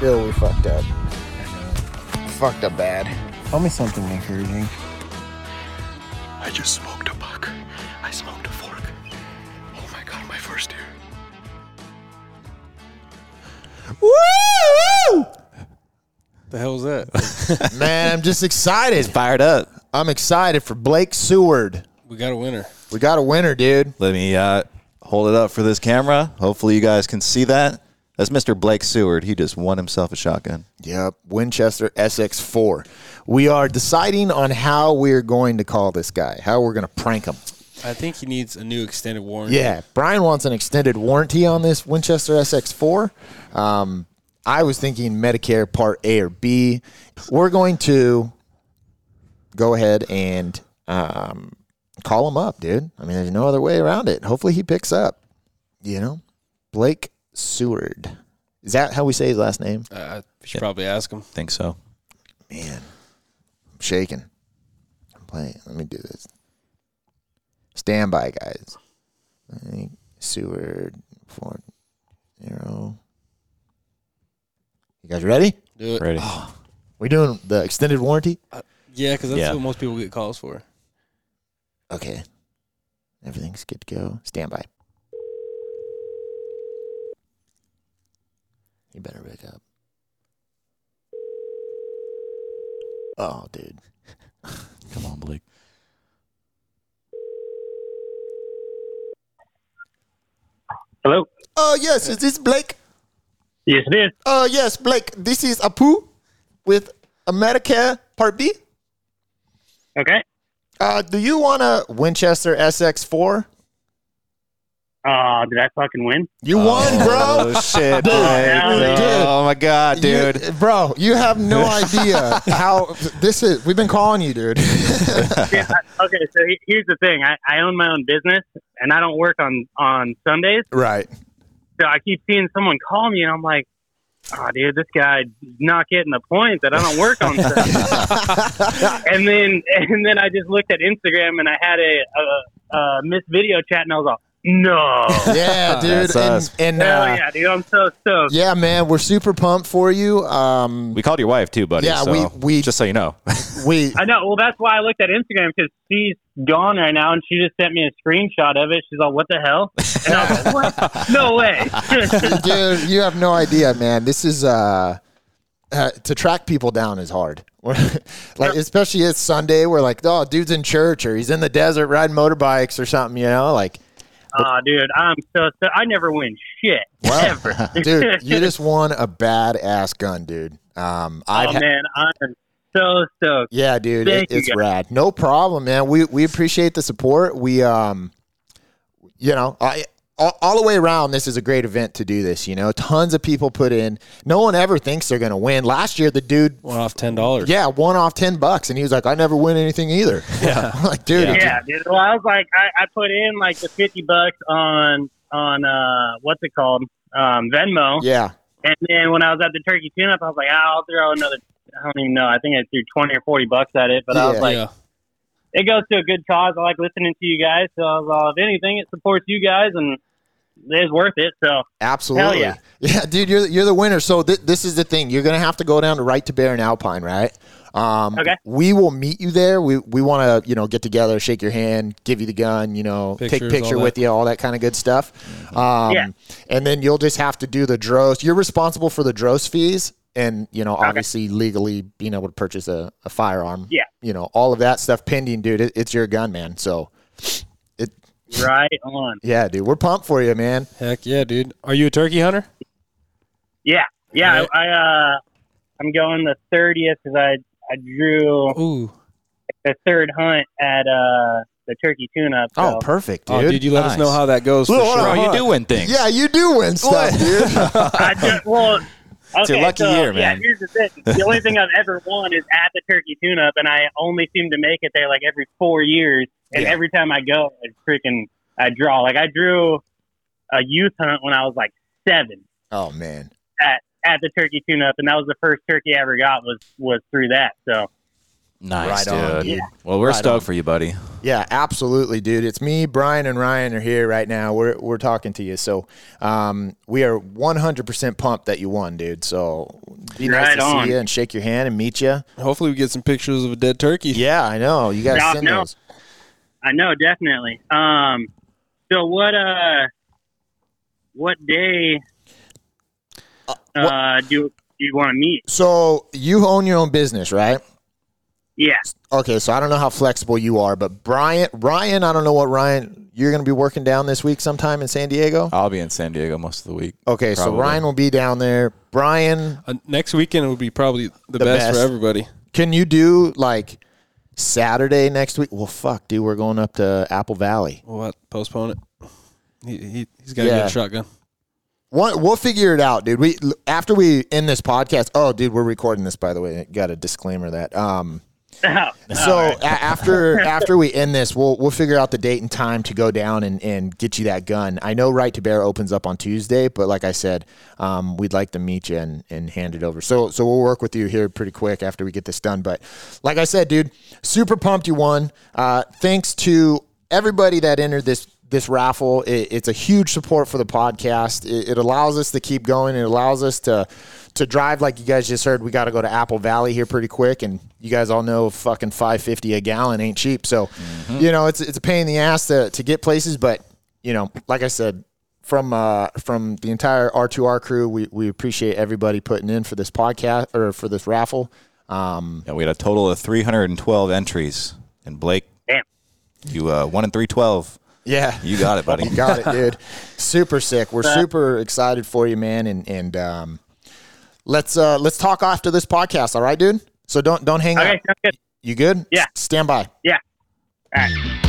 Bill, we fucked up. Fucked up bad. Tell me something encouraging. I just smoked a buck. I smoked a fork. Oh my god, my first deer. Woo! The hell was that? Man, I'm just excited. Fired up. I'm excited for Blake Seward. we got a winner. We got a winner, dude. Let me uh, hold it up for this camera. Hopefully, you guys can see that. That's Mr. Blake Seward. He just won himself a shotgun. Yep, Winchester SX4. We are deciding on how we're going to call this guy, how we're going to prank him. I think he needs a new extended warranty. Yeah, Brian wants an extended warranty on this Winchester SX4. Um, I was thinking Medicare Part A or B. We're going to go ahead and um, call him up, dude. I mean, there's no other way around it. Hopefully, he picks up. You know, Blake Seward. Is that how we say his last name? Uh, we should probably ask him. Think so. Man, I'm shaking. I'm playing. Let me do this. Stand by, guys. I think Seward four zero. You guys ready? Do it. Ready? We doing the extended warranty? Yeah, because that's Yeah. what most people get calls for. Okay. Everything's good to go. Stand by. You better pick up. Oh, dude. Come on, Blake. Hello. Oh yes, is this Blake? Yes, it is. Uh, yes, Blake. This is Apu with a Medicare Part B. Okay. Uh, do you want a Winchester SX4? Uh, did I fucking win? You won, bro. Oh shit, Blake. yeah, dude. Oh my god, You- dude. bro, you have no idea how this is. We've been calling you, dude. Yeah, I- okay, so he- here's the thing. I, I own my own business, and I don't work on on Sundays. right. So I keep seeing someone call me, and I'm like, "Oh, dude, this guy not getting the point that I don't work on Sundays." and then and then I just looked at Instagram, and I had a, a, a missed video chat, and I was like, "No, Yeah, dude. That's and us. and, hell uh, yeah, dude, I'm so stoked." yeah, man, we're super pumped for you. Um, We called your wife too, buddy. Yeah, so we- we- just so you know. we I know. Well, that's why I looked at Instagram because she's gone right now, and she just sent me a screenshot of it. She's like, "What the hell?" And I was like, "What? No way!" dude you have no idea man this is uh, uh to track people down is hard like especially it's sunday we're like oh dude's in church or he's in the desert riding motorbikes or something you know like Aw, dude, I'm so, so I never win shit. Ever. dude you just won a badass gun dude um i oh man, I'm so stoked. yeah dude it, Thank you, it's guys. rad no problem man we we appreciate the support we um you know i all, all the way around, this is a great event to do this. You know, tons of people put in. No one ever thinks they're going to win. Last year, the dude One off ten dollars. Yeah, one off ten bucks, and he was like, "I never win anything either." Yeah, like, dude, Yeah, dude. Well, I was like, I, I put in like the fifty bucks on on uh what's it called um Venmo, yeah, and then when I was at the turkey tune-up, I was like, ah, I'll throw another. I don't even know. I think I threw twenty or forty bucks at it, but I was Yeah. like. Yeah. it goes to a good cause. I like listening to you guys. So I was all, if anything, it supports you guys and it's worth it. So absolutely. Hell Yeah, dude, you're you're the winner. So th- this is the thing: you're gonna have to go down to Right to Bear and Alpine, right? Um, Okay. We will meet you there. We we want to you know get together, shake your hand, give you the gun, you know, take Pictures, picture all with that. you, all that kind of good stuff. Um, Yeah. And then you'll just have to do the dross. You're responsible for the dross fees. And you know, obviously, legally being able to purchase a, a firearm, Yeah. you know, all of that stuff pending, dude. It, it's your gun, man. So, it right on. Yeah, dude, we're pumped for you, man. Heck yeah, dude. Are you a turkey hunter? Yeah, yeah. Right. I, I uh, I'm going the thirtieth because I I drew Ooh. the third hunt at uh the turkey tune-up. So. Oh, perfect, dude. oh, dude, you let us nice. know how that goes. Well, for hold sure. on, Bro, you do win things. yeah, you do win stuff, dude. I just, well, okay, your lucky so, year, Yeah, man. here's the thing. The only thing I've ever won is at the turkey tune-up, and I only seem to make it there like every four years. And Yeah. every time I go, I freaking I draw. Like I drew a youth hunt when I was like seven oh man, at at the turkey tune-up, and that was the first turkey I ever got was was through that. So Nice, Right on, dude. dude. Well, we're Right stoked on. for you, buddy. Yeah, absolutely, dude. It's me, Brian, and Ryan are here right now. We're we're talking to you, so um, we are 100% pumped that you won, dude. So be nice Right to on. see you and shake your hand and meet you. Hopefully, we get some pictures of a dead turkey. Yeah, I know you guys Yeah, send no. those. I know, definitely. Um, so what? Uh, what day? Uh, do do you want to meet? So you own your own business, right? Yeah, Okay, so I don't know how flexible you are, but Brian, Ryan, I don't know what Ryan you're going to be working down this week sometime in San Diego. I'll be in San Diego most of the week. Okay, so Probably. Ryan will be down there. Brian, Uh, next weekend would be probably the, The best, best. for everybody. can you do like Saturday next week? Well, fuck, dude, we're going up to Apple Valley. We'll have to postpone it. He, he, he's got a Yeah. good shotgun. One, we'll figure it out, dude. We after we end this podcast. Oh, dude, we're recording this by the way. Got a disclaimer that um Oh, so a- after after we end this, we'll we'll figure out the date and time to go down and, and get you that gun. I know Right to Bear opens up on Tuesday, but like I said, um, we'd like to meet you and, and hand it over. So so we'll work with you here pretty quick after we get this done. But like I said, dude, super pumped you won. Uh, thanks to everybody that entered this this raffle. It, it's a huge support for the podcast. It, it allows us to keep going. It allows us to to drive like you guys just heard. We got to go to Apple Valley here pretty quick, and you guys all know fucking five fifty a gallon ain't cheap. So, you know, it's it's a pain in the ass to to get places, but you know, like I said. From uh, from the entire R two R crew, we, we appreciate everybody putting in for this podcast or for this raffle. Um, Yeah, we had a total of 312 entries, and Blake, damn. you uh, one in 312. yeah, You got it, buddy. You got it, dude. super sick. We're super excited for you, man. And and um, let's uh, let's talk after this podcast. All right, dude. So don't don't hang Okay, up. sounds good. You good? Yeah. Stand by. Yeah. All right.